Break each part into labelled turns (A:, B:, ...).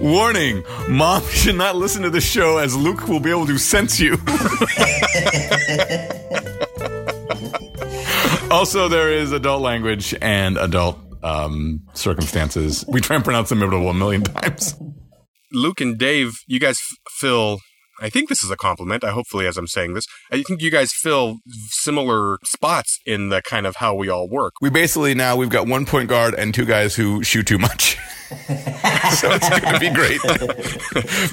A: Warning, mom should not listen to the show as Luke will be able to sense you. also, there is adult language and adult um, circumstances. We try and pronounce them a million times.
B: Luke and Dave, you guys f- fill. I think this is a compliment. I hopefully, as I'm saying this, I think you guys fill similar spots in the kind of how we all work.
A: We basically now we've got one point guard and two guys who shoot too much. so it's going to be great.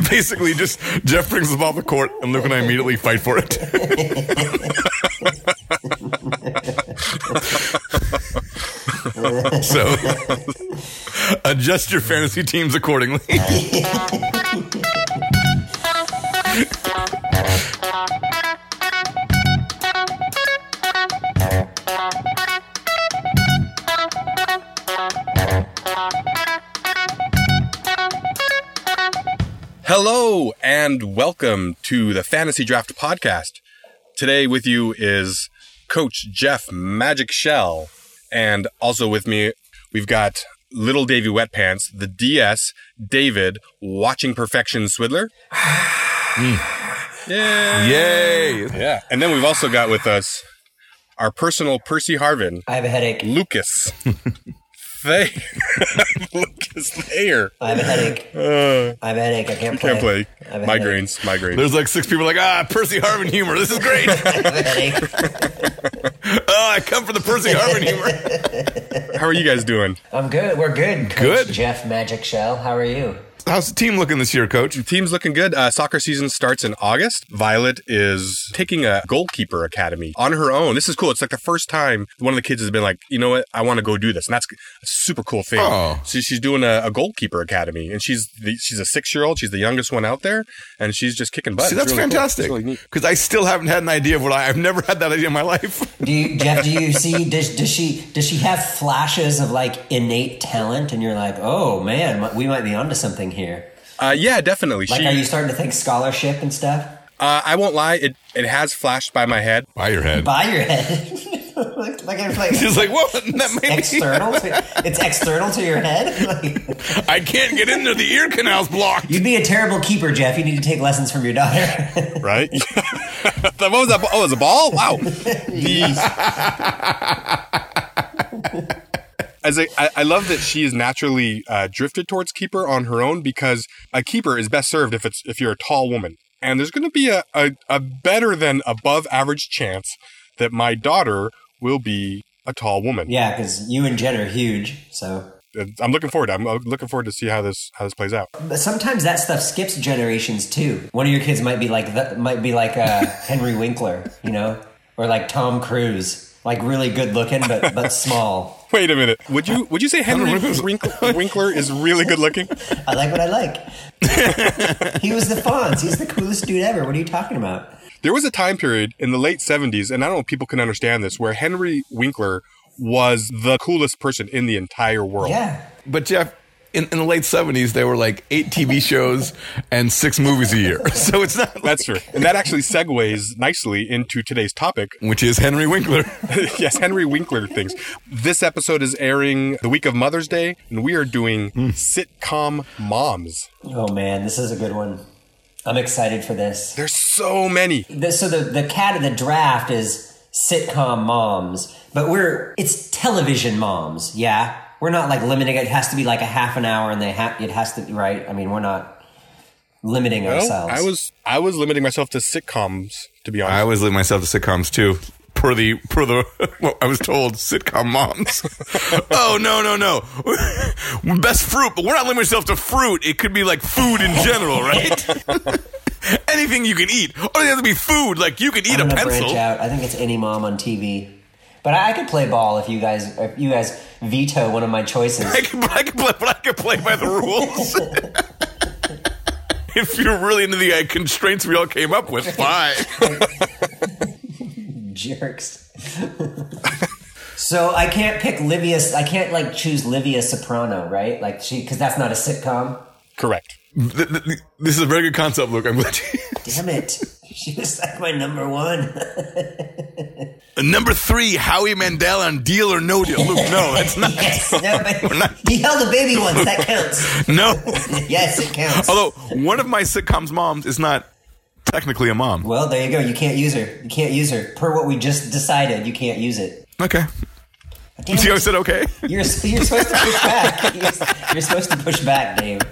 A: basically, just Jeff brings the ball to court, and Luke and I immediately fight for it. so adjust your fantasy teams accordingly.
B: Hello and welcome to the Fantasy Draft Podcast. Today with you is Coach Jeff Magic Shell, and also with me we've got Little Davy Wetpants, the DS, David, Watching Perfection Swidler. Yeah.
A: Yay!
B: Yeah. And then we've also got with us our personal Percy Harvin,
C: I have a headache.
B: Lucas. Thayer. Lucas Thayer.
C: I have a headache. I have a headache. I can't play.
B: Can't play.
C: I have a headache.
B: Migraines, migraines.
A: There's like six people like ah Percy Harvin humor. This is great.
C: I have a headache.
A: oh, I come for the Percy Harvin humor.
B: How are you guys doing?
C: I'm good. We're good. Coach
A: Good.
C: Jeff Magic Shell. How are you?
A: How's the team looking this year, Coach?
B: Team's looking good. Uh, soccer season starts in August. Violet is taking a goalkeeper academy on her own. This is cool. It's like the first time one of the kids has been like, you know what, I want to go do this, and that's a super cool thing.
A: Oh.
B: So she's doing a, a goalkeeper academy, and she's the, she's a six year old. She's the youngest one out there, and she's just kicking butt.
A: See,
B: It's
A: that's
B: really cool.
A: fantastic
B: It's really neat.
A: because I still haven't had an idea of what I. I've never had that idea in my life.
C: Do you, Jeff? Do you see? Does, does she? Does she have flashes of like innate talent? And you're like, oh man, we might be onto something here.
B: Uh, yeah, definitely.
C: Like,
B: she,
C: are you starting to think scholarship and stuff?
B: uh, I won't lie. It it has flashed by my head.
A: By your head.
C: By your head. like, like, it's like
A: She's like, whoa, that made
C: external. To, it's external to your head. Like,
A: me. I can't get in there. The ear canal's blocked.
C: you'd be a terrible keeper, Jeff. You need to take lessons from your daughter.
B: Right? what was that? Oh, it was a ball? Wow. Jeez. As a, I, I love that she is naturally uh, drifted towards keeper on her own because a keeper is best served if it's if you're a tall woman. And there's going to be a, a, a better than above average chance that my daughter will be a tall woman.
C: yeah, because you and Jen are huge. So
B: Uh, I'm looking forward. I'm uh, looking forward to see how this how this plays out.
C: But sometimes that stuff skips generations too. One of your kids might be like the, might be like uh, Henry Winkler, you know, or like Tom Cruise, like really good looking but but small.
B: Wait a minute. Would you would you say Henry Winkler, Winkler is really good looking?
C: I like what I like. he was the Fonz. He's the coolest dude ever. What are you talking about?
B: There was a time period in the late 70s, and I don't know if people can understand this, where Henry Winkler was the coolest person in the entire world.
C: Yeah,
A: But Jeff, in, in the late seventies, there were like eight TV shows and six movies a year. So it's not, like-
B: That's true. And that actually segues nicely into today's topic.
A: which is Henry Winkler.
B: yes, Henry Winkler things. This episode is airing the week of Mother's Day, and we are doing sitcom moms.
C: Oh man, this is a good one. I'm excited for this.
B: There's so many.
C: The- so the the cat of the draft is sitcom moms, but we're it's television moms. Yeah, we're not like limiting. It has to be like a half an hour, and they have it has to be right. I mean, we're not limiting
B: Well,
C: ourselves.
B: I was I was limiting myself to sitcoms, to be honest.
A: I always limit myself to sitcoms too. Per the per the well, I was told sitcom moms. oh no no no, best fruit. But we're not limiting ourselves to fruit. It could be like food in general, right? Anything you can eat, or it has to be food. Like you can eat
C: I'm
A: a
C: gonna branch
A: pencil.
C: out. I think it's any mom on TV. But I, I could play ball if you guys if you guys veto one of my choices.
A: I can, I can play, but I can play by the rules. if you're really into the uh, constraints we all came up with, fine.
C: jerks. so I can't pick Livia. I can't like choose Livia Soprano, right? Like she, because that's not a sitcom.
B: Correct.
A: Th- th- th- this is a very good concept, Luke. I'm glad. You-
C: Damn it! she was like my number one.
A: Number three, Howie Mandel on Deal or No Deal. Luke, no, that's not.
C: Yes, no, but he held a baby once. That counts.
A: No.
C: yes, it counts.
A: Although one of my sitcom's moms is not technically a mom.
C: well, there you go. You can't use her. You can't use her. Per what we just decided, you can't use it.
A: Okay.
C: Damn
A: See how I
C: it.
A: said okay?
C: You're, you're supposed to push back. You're- You're supposed to push back, Dave.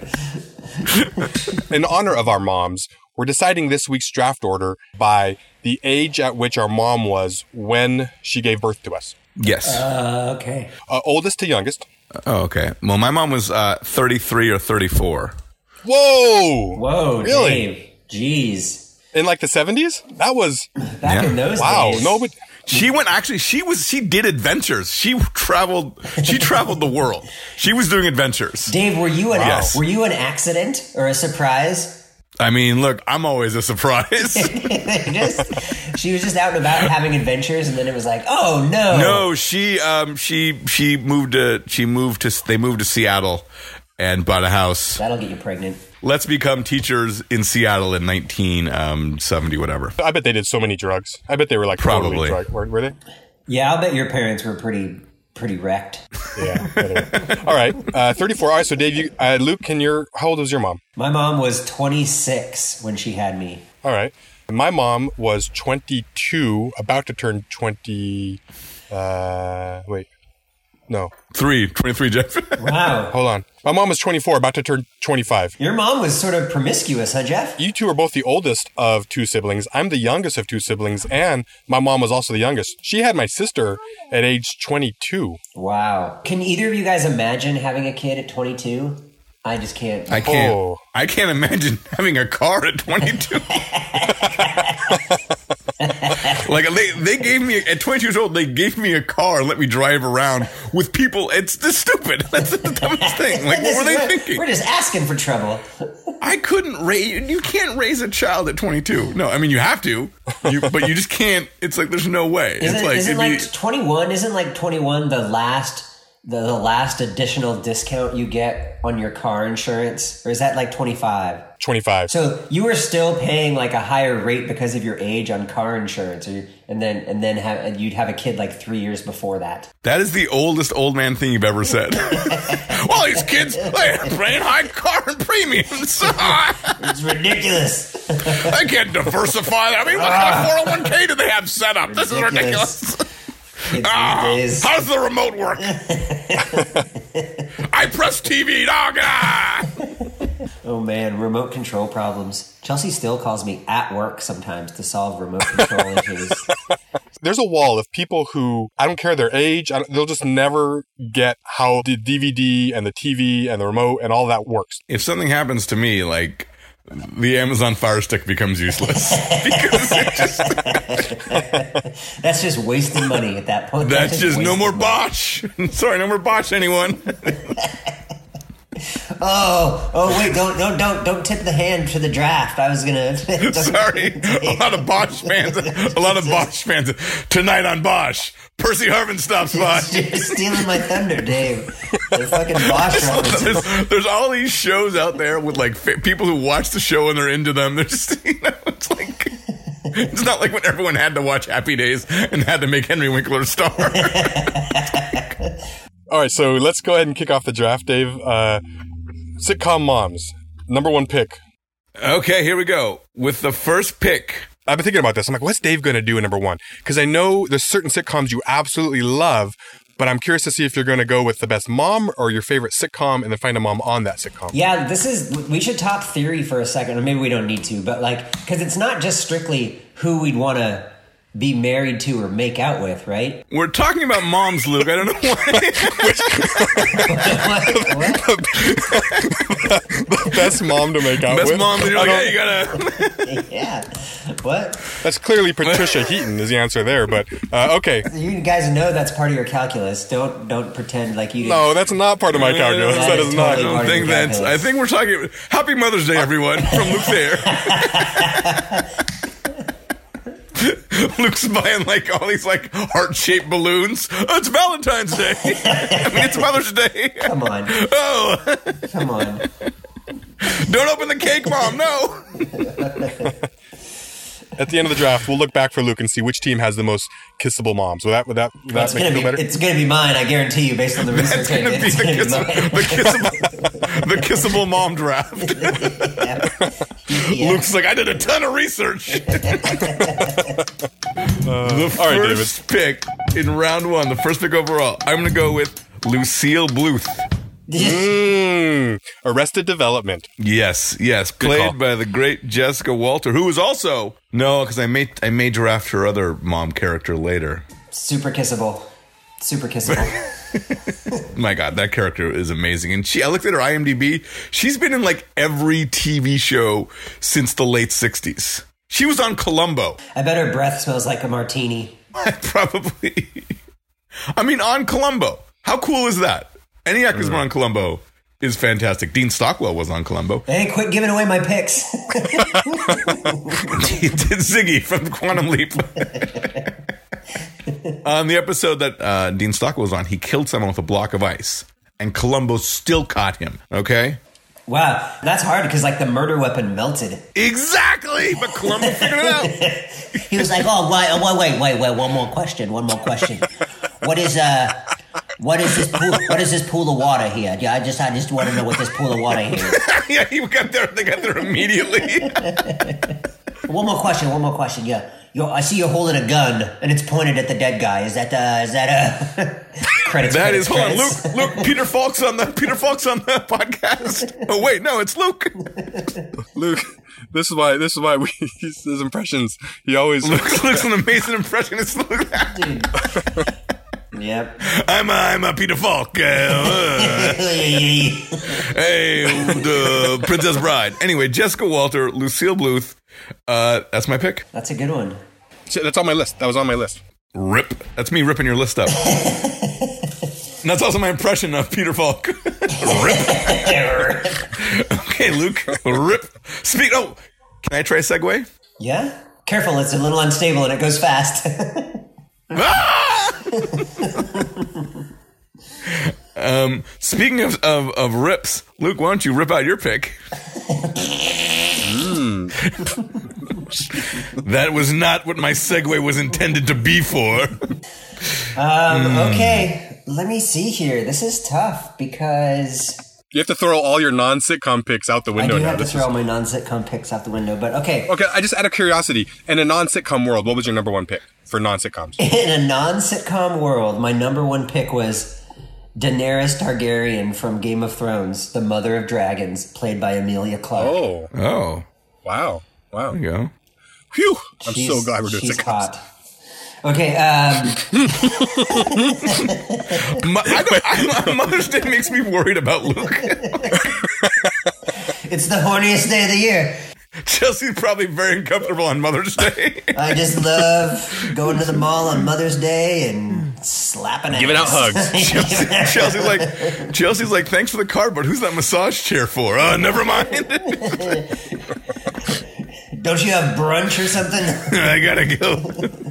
B: In honor of our moms, we're deciding this week's draft order by the age at which our mom was when she gave birth to us.
A: Yes.
C: Uh, okay.
B: Uh, oldest to youngest.
A: oh, okay. Well, my mom was uh, 33 or 34.
B: Whoa!
C: Whoa,
B: Really?
C: Dave. Jeez.
B: In like the 70s? That was,
C: Back
A: Yeah.
C: in those
B: wow.
C: days.
B: No, but
A: She went actually she was she did adventures. She traveled she traveled the world. She was doing adventures.
C: Dave, were you an
A: Yes.
C: were you an accident or a surprise?
A: I mean, look, I'm always a surprise.
C: just she was just out and about having adventures, and then it was like, oh no,
A: No, she um she she moved to she moved to they moved to Seattle and bought a house.
C: that'll get you pregnant.
A: Let's become teachers in Seattle in 1970 whatever.
B: I bet they did so many drugs. I bet they were like
A: Probably.
B: totally drug. Were, were they?
C: Yeah, I'll bet your parents were pretty pretty wrecked.
B: Yeah. I don't know. All right. Uh, 34. All right. So, Dave, you, uh, Luke, can your, how old was your mom?
C: My mom was 26 when she had me.
B: All right. My mom was 22, about to turn 20. Uh, wait. No.
A: 3 23 Jeff.
C: Wow,
B: Hold on. My mom was 24, about to turn 25.
C: your mom was sort of promiscuous, huh, Jeff?
B: You two are both the oldest of two siblings. I'm the youngest of two siblings, and my mom was also the youngest. She had my sister at age 22.
C: Wow. Can either of you guys imagine having a kid at 22? I just can't.
A: I can't.
B: Oh.
A: I can't imagine having a car at 22. like they, they gave me at 22 years old, they gave me a car and let me drive around with people. It's just stupid. That's the dumbest thing. Like
C: This
A: what were
C: is-
A: they
C: we're-
A: thinking?
C: We're just asking for trouble.
A: I couldn't raise. You can't raise a child at 22. No, I mean you have to, you, but you just can't. It's like there's no way.
C: Isn't,
A: it's like it'd
C: isn't like
A: be-
C: 21? Isn't like 21 the last the, the last additional discount you get on your car insurance, or is that like 25?
B: 25.
C: So you were still paying like a higher rate because of your age on car insurance, or, and then and then have, and you'd have a kid like three years before that.
A: that is the oldest old man thing you've ever said. All these kids, they're paying high car premiums.
C: It's ridiculous.
A: I can't diversify. I mean, what kind of 401k do they have set up? This is
C: Ah. Ridiculous.
A: ridiculous.
C: Kids
A: Ah,
C: these days.
A: how's the remote work? I press TV, dog. ah!
C: Oh man, remote control problems. Chelsea still calls me at work sometimes to solve remote control issues.
B: There's a wall of people who, I don't care their age, I don't, they'll just never get how the DVD and the TV and the remote and all that works.
A: If something happens to me, like the Amazon Fire Stick becomes useless because it just,
C: That's just wasting money at that point.
A: that's just no
C: wasting
A: more
C: money.
A: botch. Sorry, no more botch. Anyone?
C: Oh, oh wait, don't don't don't don't tip the hand to the draft. I was gonna don't-
A: Sorry, a lot of Bosch fans. A lot of Bosch fans tonight on Bosch. Percy Harvin stops by.
C: You're stealing my thunder, Dave. The fucking Bosch reference.
A: there's, there's all these shows out there with like fa- people who watch the show and they're into them. They're just, you know, it's like. It's not like when everyone had to watch Happy Days and had to make Henry Winkler a star.
B: All right, so let's go ahead and kick off the draft, Dave. Uh, sitcom moms, number one pick.
A: okay, here we go. With the first pick,
B: I've been thinking about this. I'm like, what's Dave going to do in number one? Because I know there's certain sitcoms you absolutely love, but I'm curious to see if you're going to go with the best mom or your favorite sitcom and then find a mom on that sitcom.
C: Yeah, this is. We should talk theory for a second, or maybe we don't need to, but like, because it's not just strictly who we'd want to be married to or make out with, right?
A: we're talking about moms, Luke. I don't know why.
C: What? What?
B: Best mom to make out
A: Best
B: with.
A: moms, and you're like,
B: I don't-
A: hey, you gotta.
C: yeah. What?
B: That's clearly Patricia Heaton is the answer there, but uh, okay.
C: You guys know that's part of your calculus. Don't don't pretend like you didn't.
B: No, that's not part of my calculus.
C: that
B: That
C: is
B: is not.
A: I
C: totally
A: don't think that's. I think we're talking. Happy Mother's Day, everyone, from Luke Thayer. Luke's buying like all these like heart shaped balloons. Oh, it's Valentine's Day. I mean, it's Mother's Day.
C: Come on,
A: Oh,
C: come on.
A: don't open the cake, mom. No.
B: at the end of the draft, we'll look back for Luke and see which team has the most kissable moms. Will that would that would that
C: it's
B: make you
C: gonna
B: feel
C: be
B: better?
C: it's gonna be mine. I guarantee you, based on the
A: That's
C: research.
A: going to be
C: I did,
A: the,
C: it's gonna be
A: kiss- the,
C: mine.
A: kissable, the kissable mom draft.
C: Yeah.
A: Luke's like, I did a ton of research. the first
B: all right, David.
A: pick in round one, the first pick overall, I'm going to go with Lucille Bluth.
B: Mm, Arrested Development.
A: Yes, yes,
B: call.
A: played by the great Jessica Walter, who was also no, because I may I may draft her other mom character later.
C: Super kissable. Super kissable.
A: My God, that character is amazing, and she I looked at her IMDb. She's been in like every TV show since the late '60s. She was on Columbo.
C: I bet her breath smells like a martini.
A: Probably. I mean, on Columbo. How cool is that? Any actors were on Columbo is fantastic. Dean Stockwell was on Columbo.
C: Hey, quit giving away my picks.
A: He did Ziggy from Quantum Leap. on the episode that uh, Dean Stockwell was on, he killed someone with a block of ice, and Columbo still caught him. Okay.
C: wow, that's hard because like the murder weapon melted.
A: Exactly, but Columbo figured it out.
C: He was like, "Oh, wait, oh, wait, wait, wait, wait, one more question, one more question. What is uh, what is this pool? What is this pool of water here? Yeah, I just, I just want to know what this pool of water here. is.
A: yeah, he got there. They got there immediately.
C: One more question, one more question. Yeah, you I see you're holding a gun and it's pointed at the dead guy. Is that uh, is that uh, credits?
A: That is
C: credits,
A: hold on,
C: credits.
A: Luke. Luke, Peter Falk's on the Peter Falk's on the podcast. Oh wait, no, it's Luke.
B: Luke, this is why this is why we his impressions. He always
A: Luke Luke's an amazing impressionist. Luke.
C: Yep.
A: I'm a, I'm a Peter Falk. Uh, uh, hey, the Princess Bride. Anyway, Jessica Walter, Lucille Bluth. Uh, that's my pick.
C: That's a good one.
B: Shit, that's on my list. That was on my list.
A: Rip. That's me ripping your list up. and that's also my impression of Peter Falk. Rip. Okay, Luke. Rip. Speak. Oh, can I try a segue?
C: yeah. Careful, it's a little unstable and it goes fast.
A: Ah! um, speaking of, of, of rips, Luke, why don't you rip out your pick? Hmm. that was not what my segue was intended to be for.
C: Um,
B: Hmm.
C: okay, let me see here. This is tough because
B: You have to throw all your non-sitcom picks out the
C: I
B: window
C: do
B: now.
C: have to
B: This is-
C: throw my non-sitcom picks out the window. But okay,
B: okay, I just out of curiosity, in a non-sitcom world, what was your number one pick for non-sitcoms?
A: Oh.
C: in a non-sitcom world, my number one pick was Daenerys Targaryen from Game of Thrones, the mother of dragons, played by Amelia Clark.
B: oh,
A: Oh,
B: wow, wow.
A: there you go.
B: Phew! I'm
C: She's-
B: so glad we're doing
C: she's
B: sitcoms.
C: hot. Okay, um,
A: My, I don't, I, my Mother's Day makes me worried about Luke.
C: it's the horniest day of the year.
A: Chelsea's probably very uncomfortable on Mother's Day.
C: I just love going to the mall on Mother's Day and slapping
B: Giving out
C: ass.
B: hugs.
A: Chelsea's like, Chelsea's like, thanks for the card, but who's that massage chair for? Uh, never mind.
C: Don't you have brunch or something?
A: I gotta go.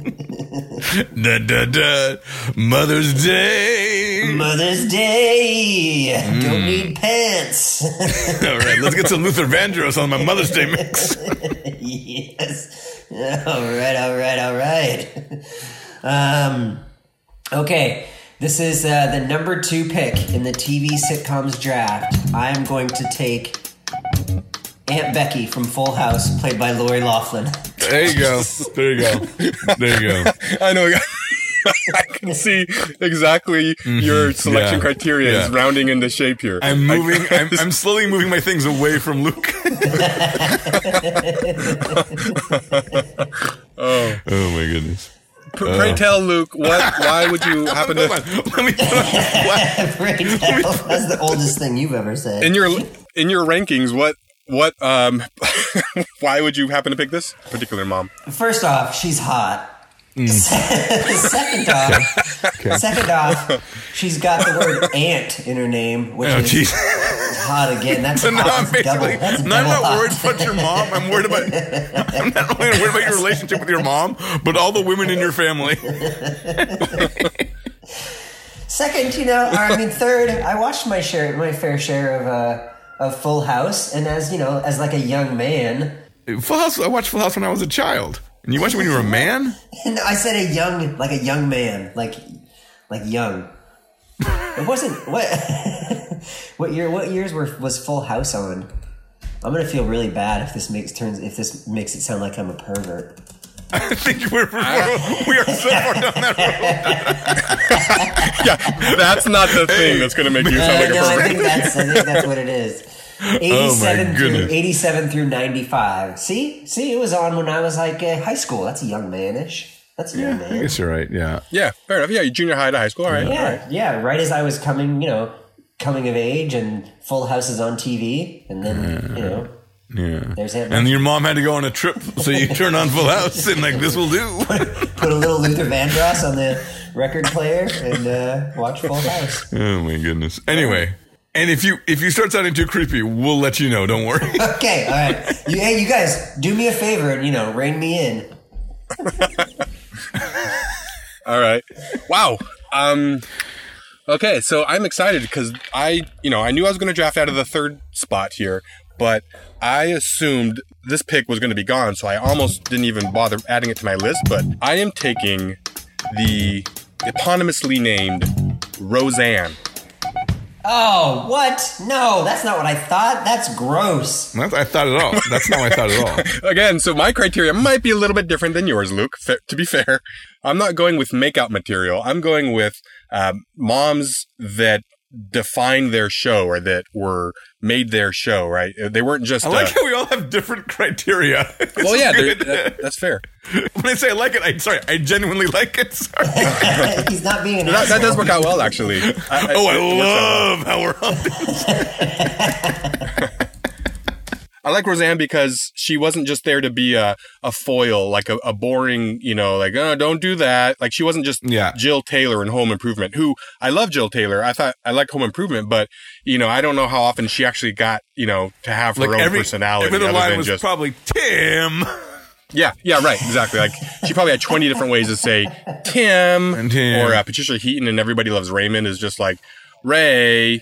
A: da da da. Mother's Day.
C: Mother's Day. Don't need pants.
A: All right, let's get some Luther Vandross on my Mother's Day mix.
C: yes. All right. All right. All right. Um. Okay. This is uh, the number two pick in the TV sitcoms draft. I am going to take Aunt Becky from Full House, played by Lori Laughlin.
A: There you go. There you go. There you go.
B: I know. I can see exactly your
A: Mm-hmm.
B: selection
A: Yeah.
B: criteria is
A: Yeah.
B: rounding into shape here.
A: I'm moving. I'm, I'm slowly moving my things away from Luke.
B: oh,
A: Oh my goodness.
B: P-
A: Uh.
B: pray tell Luke, what? Why would you happen
A: Hold on.
B: to
A: Let me. Put on what?
C: Right now, that's the oldest thing you've ever said.
B: in your in your rankings? What? What? Um, why would you happen to pick this particular mom?
C: First off, she's hot.
A: Mm.
C: second off, second off, she's got the word "aunt" in her name, which
A: Oh
C: is
A: jeez.
C: hot again. That's
A: So now
C: hot.
A: I'm
C: That's double.
A: basically.
C: That's
A: Now I'm not
C: double hot.
A: worried about your mom. I'm worried about. I'm not only worried about your relationship with your mom, but all the women in your family.
C: Second, you know, or I mean, third, I watched my share, my fair share of uh, of Full House, and as you know, as like a young man,
A: Full House. I watched Full House when I was a child. And you watched it when you were a man?
C: No, I said a young, like a young man, like like young. It wasn't what what year what years were was Full House on? I'm gonna feel really bad if this makes turns if this makes it sound like I'm a pervert.
A: I think we're, we're we are so far down that road.
B: yeah, that's not the thing that's going to make you sound like a
C: Uh, no, I
B: pervert. Oh
C: think that's I think that's what it is. 87 through
A: goodness.
C: 87 through 95. See? See, it was on when I was like uh, high school. That's a young manish. That's a
A: I
C: young man.
A: guess you're right. Yeah.
B: Yeah, fair enough. Yeah, your junior high to high school. All right.
C: Yeah, yeah. Right as I was coming, you know, coming of age, and Full House is on TV, and then you know,
A: Yeah.
C: there's that.
A: And your mom had to go on a trip, so you turn on Full House and like this will do.
C: Put a little Luther Vandross on the record player and uh, watch Full House.
A: Oh my goodness. Anyway, and if you if you start sounding too creepy, we'll let you know. Don't worry.
C: Okay, all right. You, hey, you guys, do me a favor and you know, rein me in.
B: All right. Wow. Um. Okay, so I'm excited because I, you know, I knew I was going to draft out of the third spot here, but I assumed this pick was going to be gone, so I almost didn't even bother adding it to my list. But I am taking the eponymously named Roseanne.
C: Oh, what? No, that's not what I thought. That's gross.
A: That's, I thought it all. That's not what I thought at all.
B: Again, so my criteria might be a little bit different than yours, Luke. Fa to be fair, I'm not going with makeout material. I'm going with um, moms that defined their show or that were made their show. Right? They weren't just.
A: I like
B: uh,
A: how we all have different criteria. It's
B: well, yeah, they're-
A: good.
B: that- that's fair.
A: when I say I like it, I sorry, I genuinely like it. Sorry.
C: He's not being an
B: That, that does
C: asshole.
B: work out well, actually.
A: Oh, I
B: it works out
A: love how we're
B: well.
A: on this.
B: I like Roseanne because she wasn't just there to be a, a foil, like a, a boring, you know, like, oh, don't do that. Like she wasn't just
A: Yeah.
B: Jill Taylor in Home Improvement, who I love Jill Taylor. I thought I like Home Improvement, but, you know, I don't know how often she actually got, you know, to have her own personality
A: Every
B: other
A: other line
B: than
A: was
B: just.
A: probably Tim
B: yeah, yeah, right. Exactly. Like she probably had 20 different ways to say Tim,
A: And Tim.
B: or uh, Patricia Heaton and Everybody Loves Raymond is just like Ray.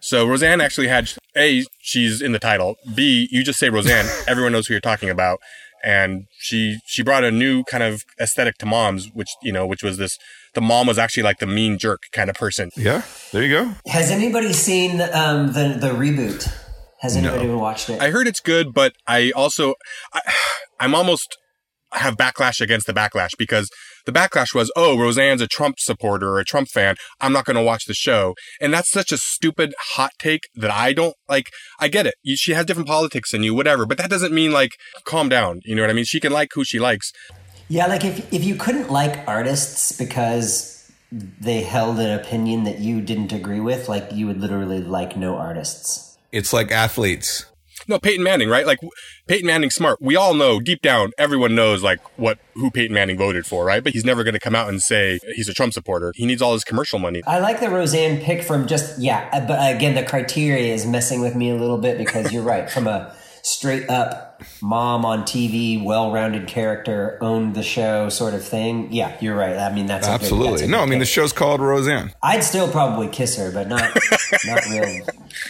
B: So Roseanne actually had A, she's in the title. B, you just say Roseanne, everyone knows who you're talking about. And she she brought a new kind of aesthetic to moms, which you know, which was this the mom was actually like the mean jerk kind of person.
A: Yeah, there you go.
C: Has anybody seen um, the the reboot? Has anybody even watched it?
B: I heard it's good, but I also I, I'm almost I have backlash against the backlash because the backlash was, oh, Roseanne's a Trump supporter or a Trump fan. I'm not going to watch the show. And that's such a stupid hot take that I don't like. I get it. You, she has different politics than you, whatever, but that doesn't mean like calm down. You know what I mean? She can like who she likes.
C: yeah, like if if you couldn't like artists because they held an opinion that you didn't agree with, like you would literally like no artists.
A: It's like athletes.
B: No, Peyton Manning, right? Like Peyton Manning's smart. We all know deep down, everyone knows like what who Peyton Manning voted for, right? But he's never going to come out and say he's a Trump supporter. He needs all his commercial money.
C: I like the Roseanne pick from just yeah, uh, but again, the criteria is messing with me a little bit because you're right. From a straight up mom on TV, well rounded character, owned the show sort of thing. Yeah, you're right. I mean, that's a good- that's a
A: Absolutely. No, I
C: good
A: mean
C: pick.
A: the show's called Roseanne.
C: I'd still probably kiss her, but not not real.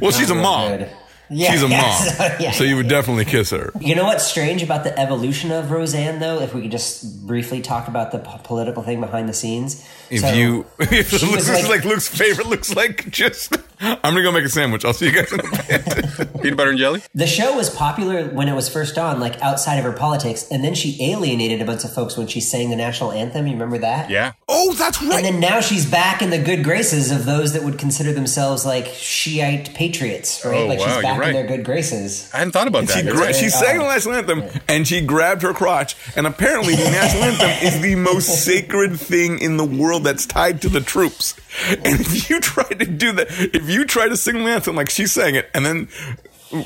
A: Well, she's a
C: real
A: mom.
C: good. Yeah,
A: she's a
C: yeah,
A: mom.
C: so- yeah.
A: So you would definitely kiss her.
C: You know what's strange about the evolution of Roseanne, though? If we could just briefly talk about the po- political thing behind the scenes.
A: If
C: So-
A: you, if
C: she
A: looks
C: was
A: like,
C: like-
A: Luke's favorite, looks like just. I'm gonna go make a sandwich. I'll see you guys in a bit.
B: Peanut butter and jelly?
C: The show was popular when it was first on, like outside of her politics, and then she alienated a bunch of folks when she sang the national anthem. You remember that?
B: Yeah.
A: oh, that's
C: And
A: right.
C: then now she's back in the good graces of those that would consider themselves like Shiite patriots, right?
B: Oh,
C: like
B: wow,
C: she's
B: you're
C: back
B: right.
C: in their good graces.
B: I hadn't thought about
A: She,
B: that. That's
A: gra-
B: right.
A: she sang the national anthem and she grabbed her crotch. And apparently, the national anthem is the most sacred thing in the world that's tied to the troops. And if you try to do that, if you try to sing the anthem like she sang it, and then,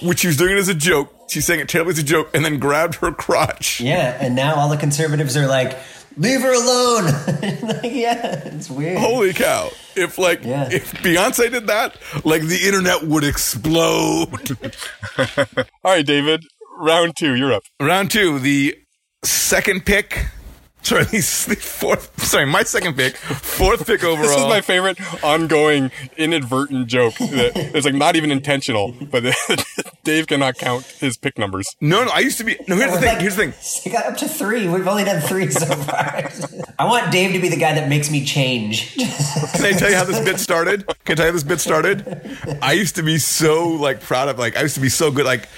A: which she was doing it as a joke, she sang it terribly as a joke, and then grabbed her crotch.
C: Yeah, and now all the conservatives are like, leave her alone. like, yeah, it's weird.
A: Holy cow. If like
C: Yeah.
A: if Beyonce did that, like the internet would explode.
B: All right, David. Round two, you're up.
A: Round two, the second pick. Sorry, the fourth. Sorry, my second pick, fourth pick overall.
B: This is my favorite ongoing inadvertent joke. That it's like not even intentional, but Dave cannot count his pick numbers.
A: No, no, I used to be. No, here's the thing. Here's the thing.
C: I got up to three. We've only done three so far. I want Dave to be the guy that makes me change.
A: Can I tell you how this bit started? Can I tell you how this bit started? I used to be so like proud of like I used to be so good like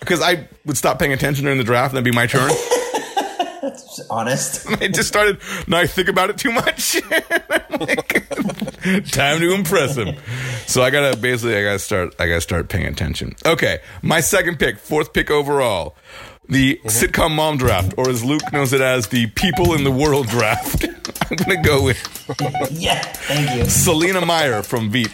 A: because I would stop paying attention during the draft and that'd be my turn.
C: Honest.
A: I just started. Now I think about it too much. I'm like, time to impress him. So I gotta basically, I gotta start. I gotta start paying attention. Okay, my second pick, fourth pick overall, the sitcom mom draft, or as Luke knows it as, the people in the world draft. I'm gonna go with
C: Yeah. Thank you.
A: Selena Meyer from Veep.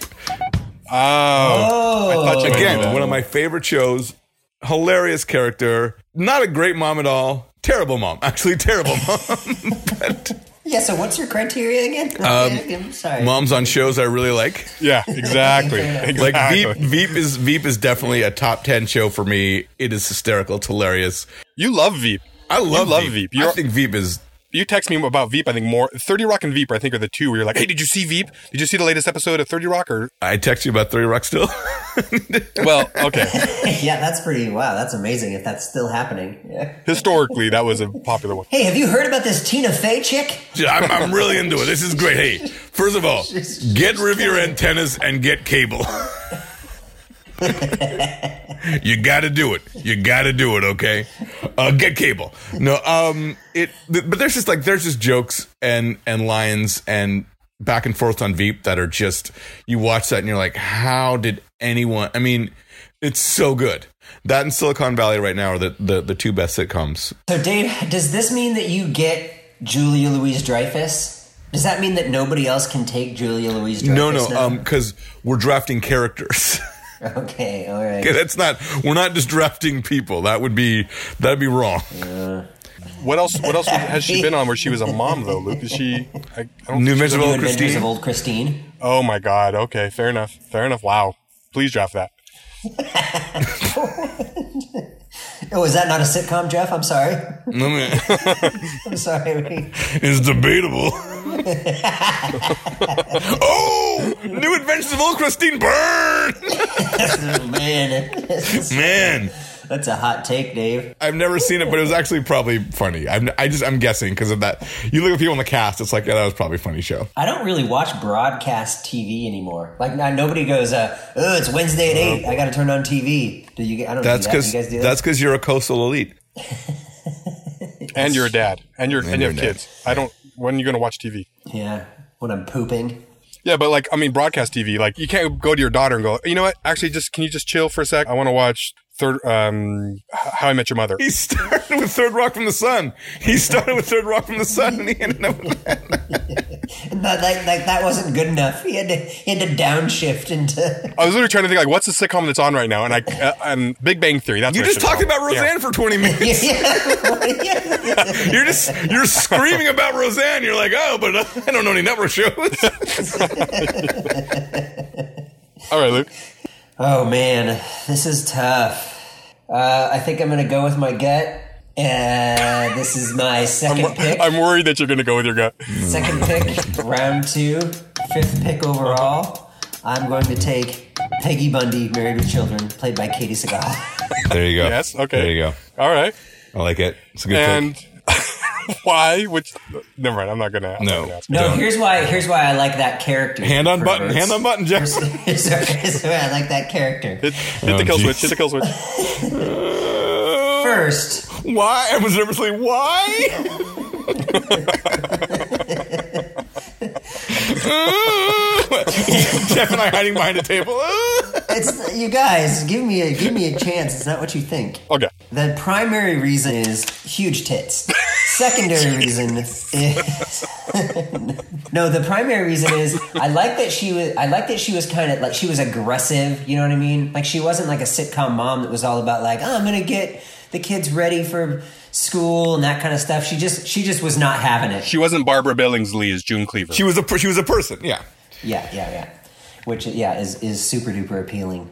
B: Oh, I thought you might do
A: Again,
B: that.
A: one of my favorite shows. Hilarious character. Not a great mom at all. Terrible mom. Actually, terrible mom. but
C: Yeah. So what's your criteria again?
A: Um,
C: I'm sorry.
A: moms on shows I really like.
B: Yeah, exactly. exactly.
A: Like Veep, Veep is Veep is definitely a top ten show for me. It is hysterical, it's hilarious.
B: You love Veep.
A: I love,
B: love
A: Veep.
B: Veep.
A: I
B: You're-
A: think Veep is
B: You text me about Veep. I think more Thirty Rock and Veep. I think are the two where you're like, "Hey, did you see Veep? Did you see the latest episode of Thirty Rock?" Or
A: I text you about Three Rock still.
B: well, okay.
C: yeah, that's pretty. Wow, that's amazing. If that's still happening. Yeah.
B: Historically, that was a popular one.
C: Hey, have you heard about this Tina Fey chick?
A: I'm, I'm really into it. This is great. Hey, first of all, get rid of your antennas and get cable. you got to do it. You got to do it. Okay, uh, get cable. No, um, it. Th- but there's just like there's just jokes and and lines and back and forth on Veep that are just you watch that and you're like, how did anyone? I mean, it's so good. That and Silicon Valley right now are the the, the two best sitcoms.
C: So, Dave, does this mean that you get Julia Louise Dreyfus? Does that mean that nobody else can take Julia Louise Dreyfus?
A: No, no,
C: now?
A: um, because we're drafting characters.
C: okay, all right.
A: Okay, that's not. We're not just drafting people. That would be that'd be wrong.
B: What else? What else has she been on where she was a mom though? Luke, is she? I, I don't.
A: New
C: The
A: Miserable
C: New Adventures
A: Christine.
C: of Old Christine.
B: Oh my God. Okay. Fair enough. Fair enough. Wow. Please draft that.
C: Oh, is that not a sitcom, Jeff? I'm sorry.
A: Let me-
C: I'm sorry.
A: It's debatable. oh, New Adventures of Old Christine Burn.
C: Man,
A: Man,
C: that's a hot take, Dave.
A: I've never seen it, but it was actually probably funny. I'm, I just I'm guessing because of that. You look at people on the cast. It's like yeah, that was probably a funny show.
C: I don't really watch broadcast TV anymore. Like, not, nobody goes, uh, "Oh, it's Wednesday at eight. I got to turn on TV." Do you? I don't.
A: That's
C: do that.
A: because
C: Do you guys do that?
A: that's because you're a coastal elite.
B: And you're a dad. And you're and, you
A: you're
B: have
A: a dad.
B: kids. I don't. When are you going to watch TV?
C: yeah. When I'm pooping.
B: Yeah, but like, I mean, broadcast TV. Like, you can't go to your daughter and go, you know what? Actually, just can you just chill for a sec? I want to watch third, um, H- How I Met Your Mother.
A: He started with Third Rock from the Sun. He started with Third Rock from the Sun, and he ended up. With that.
C: But like, like that wasn't good enough. He had to, he had to downshift into.
B: I was literally trying to think like, what's the sitcom that's on right now? And I, uh, um, Big Bang Theory. That's
A: You
B: what I
A: just
B: should've
A: talked about
B: called it.
A: Roseanne for 20 minutes.
C: Yeah.
A: You're just you're screaming about Roseanne. You're like, oh, but I don't know any network shows.
B: Yeah. All right, Luke.
C: oh man, this is tough. Uh, I think I'm gonna go with my gut. Uh, this is my second pick.
B: I'm worried that you're going to go with your gut.
C: Second pick, round two, fifth pick overall. I'm going to take Peggy Bundy, Married with Children, played by Katie Segal.
A: There you go.
B: Yes. Okay.
A: There you go.
B: All right.
A: I like it. It's a good
B: And why? Which? Never mind. I'm not going to.
A: No.
B: Ask.
C: No,
A: Don't.
C: here's why. Here's why I like that character.
A: Hand on button. Hand on button, Jeff.
C: Here's why here's why I like that character.
B: Hit, hit
A: Oh,
B: the kill
A: geez.
B: switch. Hit the kill switch.
C: First,
A: Why? I was nervously. Why? Jeff and I hiding behind a table.
C: it's you guys. Give me a give me a chance. It's not what you think.
B: Okay.
C: The primary reason is huge tits. Secondary reason is no. The primary reason is I like that she was. I like that she was kind of like she was aggressive. You know what I mean? Like she wasn't like a sitcom mom that was all about like oh, I'm gonna get the kids ready for school and that kind of stuff. She just she just was not having it.
B: She wasn't Barbara Billingsley as June Cleaver.
A: she was a per- she was a person. Yeah.
C: Yeah, yeah, yeah. Which yeah is is super duper appealing.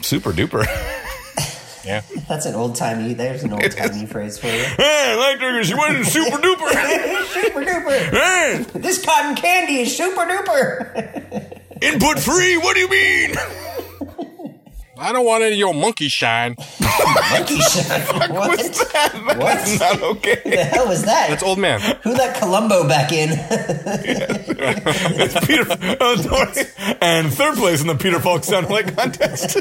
A: Super duper.
B: yeah.
C: That's an old timey. There's an old timey phrase for you.
A: Hey, I liked her 'cause she wasn't super duper.
C: super duper.
A: Hey,
C: This cotton candy is super duper.
A: input free. What do you mean?
B: I don't want any of your monkey shine.
C: Monkey shine. what?
A: That's
C: What
A: not okay.
C: the hell was that?
B: That's old man.
C: Who let Columbo back in?
A: Peter, oh, sorry. and third place in the Peter Falk soundbite contest.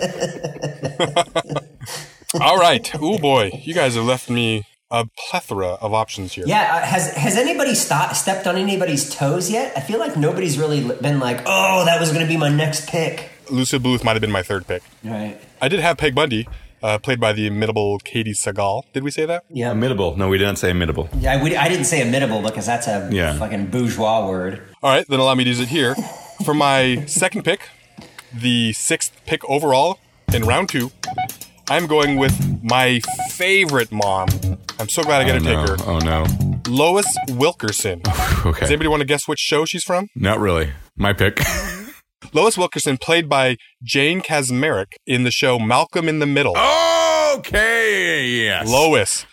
B: All right. Oh boy, you guys have left me a plethora of options here.
C: Yeah, uh, has has anybody stopped, stepped on anybody's toes yet? I feel like nobody's really li- been like, "Oh, that was going to be my next pick."
B: Lucid Bluth might have been my third pick.
C: Right.
B: I did have Peg Bundy, uh, played by the imitable Katie Sagal. Did we say that?
C: Yeah.
A: Imitable. No, we didn't say imitable.
C: Yeah, we, I didn't say imitable because that's a
A: Yeah.
C: fucking bourgeois word.
B: All right, then allow me to use it here. For my second pick, the sixth pick overall in round two, I'm going with my favorite mom. I'm so glad I got to
A: no.
B: take her.
A: Oh no.
B: Lois Wilkerson. Does
A: Okay.
B: anybody want to guess which show she's from?
A: Not really. My pick.
B: Lois Wilkerson, played by Jane Kasmerick in the show Malcolm in the Middle.
A: okay. Yes.
B: Lois.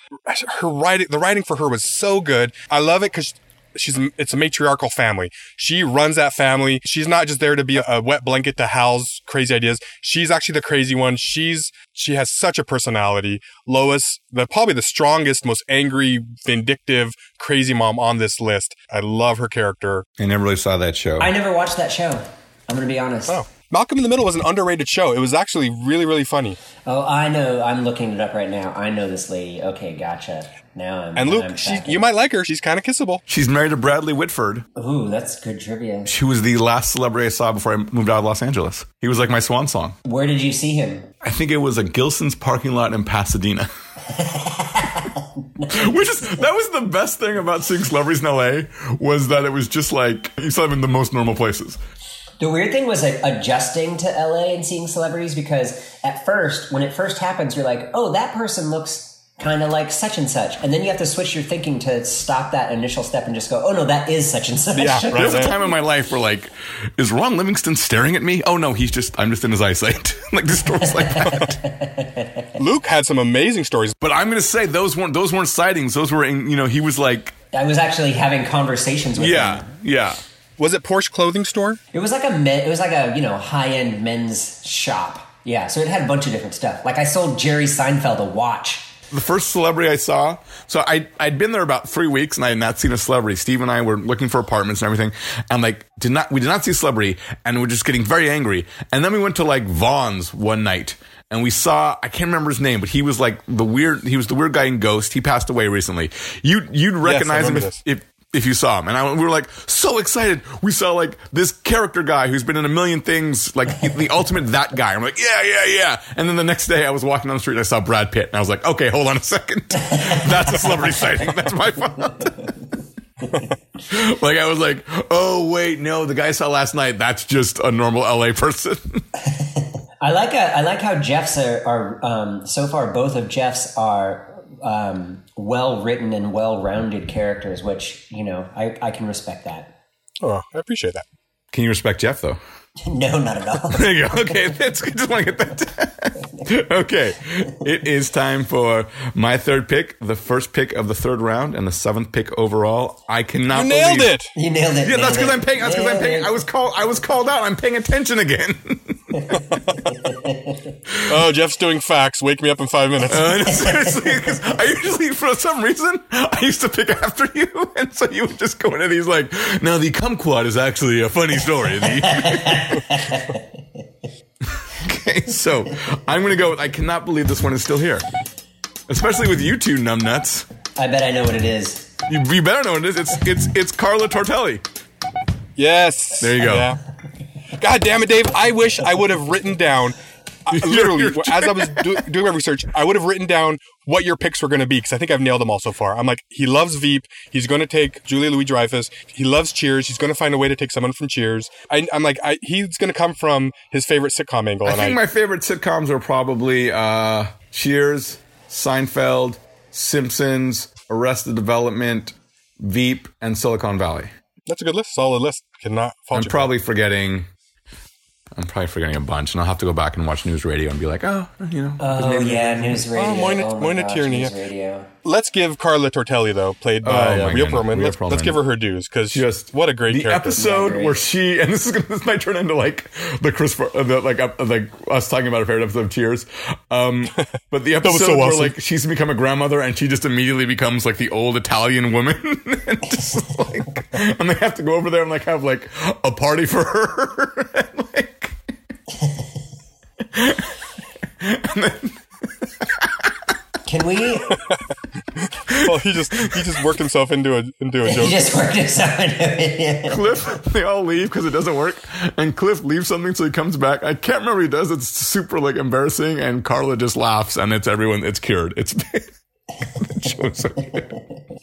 B: Her writing, the writing for her was so good. I love it because she's it's a matriarchal family. She runs that family. She's not just there to be a, a wet blanket to house crazy ideas. She's actually the crazy one. She's she has such a personality. Lois, the probably the strongest, most angry, vindictive, crazy mom on this list. I love her character.
A: I never really saw that show.
C: I never watched that show. I'm going to be honest.
B: Oh. Malcolm in the Middle was an underrated show. It was actually really, really funny.
C: Oh, I know. I'm looking it up right now. I know this lady. Okay, gotcha. Now I'm.
B: And
C: I'm
B: Luke, she,
C: tracking.
B: you might like her. She's kind of kissable.
A: She's married to Bradley Whitford.
C: Ooh, that's good trivia.
A: She was the last celebrity I saw before I moved out of Los Angeles. He was like my swan song.
C: Where did you see him?
A: I think it was a Gilson's parking lot in Pasadena. Which is that was the best thing about seeing celebrities in LA was that it was just like you saw them in the most normal places.
C: The weird thing was like adjusting to LA and seeing celebrities because at first, when it first happens, you're like, oh, that person looks kind of like such and such. And then you have to switch your thinking to stop that initial step and just go, oh, no, that is such and such.
B: Yeah,
A: There
B: right.
A: was a time in my life where like, is Ron Livingston staring at me? Oh no, he's just I'm just in his eyesight. like the stories like that.
B: Luke had some amazing stories.
A: But I'm gonna say those weren't those weren't sightings. Those were in, you know he was like
C: I was actually having conversations with
A: yeah
C: him.
A: yeah.
B: Was it Porsche Clothing Store?
C: It was like a men, it was like a, you know, high-end men's shop. Yeah, so it had a bunch of different stuff. Like I sold Jerry Seinfeld a watch.
A: the first celebrity I saw. So I I'd been there about three weeks and I had not seen a celebrity. Steve and I were looking for apartments and everything, and like did not we did not see a celebrity, and we're just getting very angry. And then we went to like Vaughn's one night. And we saw I can't remember his name, but he was like the weird he was the weird guy in Ghost. He passed away recently. You you'd recognize him
B: remember
A: if,
B: this.
A: if if you saw him. And I, we were like so excited. We saw like this character guy who's been in a million things, like the ultimate that guy. I'm like, yeah, yeah, yeah. And then the next day I was walking down the street and I saw Brad Pitt and I was like, okay, hold on a second. That's a celebrity sighting. That's my fault. like I was like, oh wait, no, the guy I saw last night, that's just a normal LA person.
C: I like a, I like how Jeff's are, are um, so far both of Jeff's are um, well written and well rounded characters, which you know I, I can respect that.
B: Oh, I appreciate that.
A: Can you respect Jeff though?
C: No, not at all.
A: There you go. Okay, that's good. Just want to get that. okay, it is time for my third pick, the first pick of the third round, and the seventh pick overall. I cannot
B: You nailed
A: believe-
B: it.
C: You nailed it.
A: Yeah, that's because
C: nailed it,
A: I'm paying. That's because I'm
C: nailed
A: paying.
C: it.
A: I was called. I was called out. I'm paying attention again.
B: Oh, Jeff's doing facts. Wake me up in five minutes.
A: Uh, seriously, 'cause I usually, for some reason, I used to pick after you, and so you would just go into these like, "Now the kumquat is actually a funny story." The- okay, so I'm going to go with. I cannot believe this one is still here, especially with you two numbnuts.
C: I bet I know what it is.
A: You, you better know what it is. It's it's it's Carla Tortelli.
B: yes.
A: There you go.
B: God damn it, Dave. I wish I would have written down. I- Literally,
A: You're-
B: as I was do- doing my research, I would have written down what your picks were going to be because I think I've nailed them all so far. I'm like, he loves Veep. He's going to take Julia Louis Dreyfus. He loves Cheers. He's going to find a way to take someone from Cheers. I, I'm like, I, he's going to come from his favorite sitcom angle.
A: I
B: and
A: think my favorite sitcoms are probably uh, Cheers, Seinfeld, Simpsons, Arrested Development, Veep, and Silicon Valley.
B: that's a good list. Solid list. Cannot fault
A: I'm
B: you.
A: probably forgetting I'm probably forgetting a bunch, and I'll have to go back and watch news radio and be like, oh, you know,
C: Oh yeah, news radio. Oh,
B: Moyna-
C: my
B: Moyna
C: gosh,
B: Tierney.
C: News radio.
B: Let's give Carla Tortelli though, played by
A: Oh,
B: uh,
A: my
B: Rhea
A: goodness,
B: Perlman.
A: Rhea
B: Let's, let's
A: Perlman.
B: give her her dues because
A: just
B: what a great
A: the
B: character.
A: episode
C: Great.
A: where she and this is gonna, this might turn into like the Chris Bar- uh, the, like uh, like us talking about a favorite episode of Cheers, um, but the
B: was
A: episode
B: so
A: where
B: awesome.
A: like she's become a grandmother and she just immediately becomes like the old Italian woman and just like and they have to go over there and like have like a party for her and like.
C: Can we?
B: Well, he just he just worked himself into a into a
C: you
B: joke.
C: just worked this out.
A: Cliff, they all leave because it doesn't work. And Cliff leaves something, so he comes back. I can't remember what he does. It's super like embarrassing, and Carla just laughs, and it's everyone. It's cured. It's the show's so good.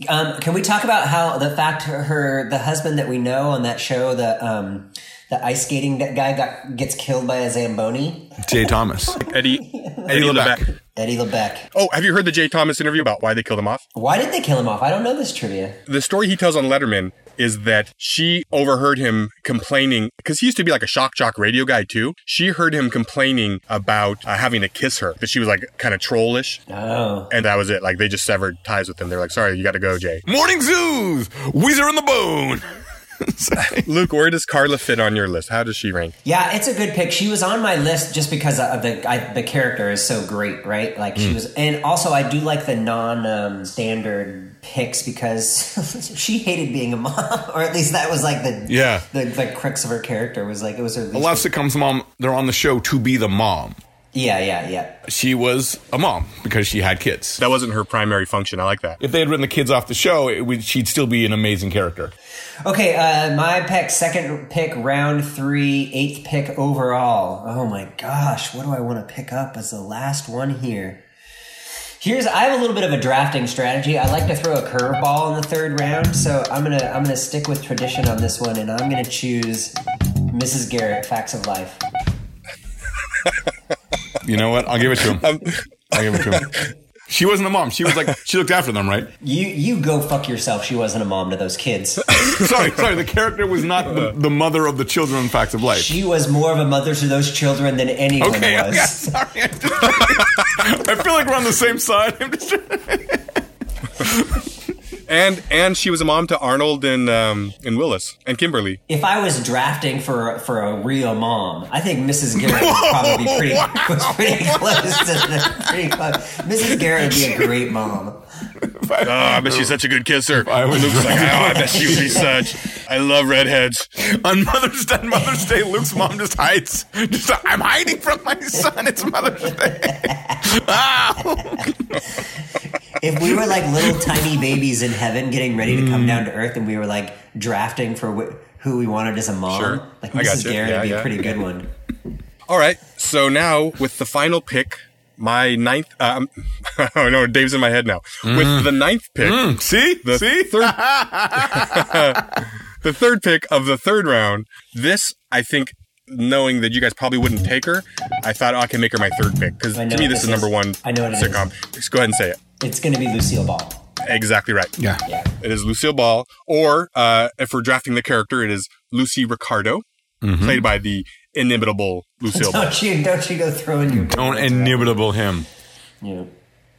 C: um, can we talk about how the fact her, her the husband that we know on that show the um, the ice skating that guy got gets killed by a zamboni?
A: Jay Thomas,
B: Eddie Eddie
A: Lebeck.
B: Lebeck.
C: Eddie LeBeck.
B: Oh, have you heard the Jay Thomas interview about why they killed him off?
C: Why did they kill him off? I don't know this trivia.
B: the story he tells on Letterman is that she overheard him complaining because he used to be like a shock jock radio guy too. She heard him complaining about uh, having to kiss her, that she was like kind of trollish.
C: Oh,
B: And that was it. Like they just severed ties with him. They're like, sorry, you got to go, Jay.
A: Morning Zoos, Weezer in the Bone. Sorry.
B: Luke, where does Carla fit on your list? How does she rank?
C: yeah, it's a good pick. She was on my list just because of the I, the character is so great, right? Like
A: Hmm.
C: she was, and also I do like the non um, standard picks because she hated being a mom, or at least that was like the
A: Yeah.
C: the, the crux of her character was like it was her least
A: A lot of sitcoms, mom. They're on the show to be the mom.
C: Yeah, yeah, yeah.
A: She was a mom because she had kids.
B: That wasn't her primary function. I like that.
A: If they had written the kids off the show, it would, she'd still be an amazing character.
C: Okay, uh, my pick, second pick, round three, eighth pick overall. Oh my gosh, what do I want to pick up as the last one here? Here's I have a little bit of a drafting strategy. I like to throw a curveball in the third round, so I'm gonna I'm gonna stick with tradition on this one, and I'm gonna choose Mrs. Garrett, Facts of Life.
A: You know what? I'll give it to him. I'll give it to him. She wasn't a mom. She was like she looked after them, right?
C: You you go fuck yourself. She wasn't a mom to those kids.
A: sorry, sorry. The character was not the, the mother of the children in Facts of Life.
C: She was more of a mother to those children than anyone
A: okay,
C: was.
A: okay, sorry. I'm just- I feel like we're on the same side. I'm just
B: And and she was a mom to Arnold and um, and Willis and Kimberly.
C: If I was drafting for for a real mom, I think Mrs. Garrett would probably be pretty was pretty close to the pretty close. Mrs. Garrett would be a great mom.
B: Oh, I bet she's such a good kisser.
A: I was
B: Luke's like, oh, I bet she would be such. I love redheads.
A: on Mother's Day. Mother's Day, Luke's mom just hides. Just I'm hiding from my son. It's Mother's Day. Ow.
C: If we were like little tiny babies in heaven getting ready to
B: Mm.
C: come down to earth, and we were like drafting for wh- who we wanted as a mom,
B: Sure.
C: like
B: I
C: Mrs.
B: gotcha.
C: Garrett
B: Yeah,
C: would be
B: yeah.
C: a pretty good one.
B: All right. So now with the final pick, my ninth. Um, oh no, Dave's in my head now.
A: Mm.
B: With the ninth pick,
A: See,
B: the
A: see.
B: third, the third pick of the third round. This, I think, knowing that you guys probably wouldn't take her, I thought "Oh, I can make her my third pick because
C: I
B: to
C: know
B: me
C: what
B: this
C: this
B: is number
C: is.
B: one.
C: I know what it is.
B: sitcom. Just go ahead and say it.
C: It's going to be Lucille Ball.
B: Exactly right.
A: Yeah.
C: Yeah.
B: It is Lucille Ball, or uh, if we're drafting the character, it is Lucy Ricardo,
A: Mm-hmm.
B: played by the inimitable Lucille Ball.
C: Don't you don't you go throwing your
A: Don't inimitable him.
C: Yeah.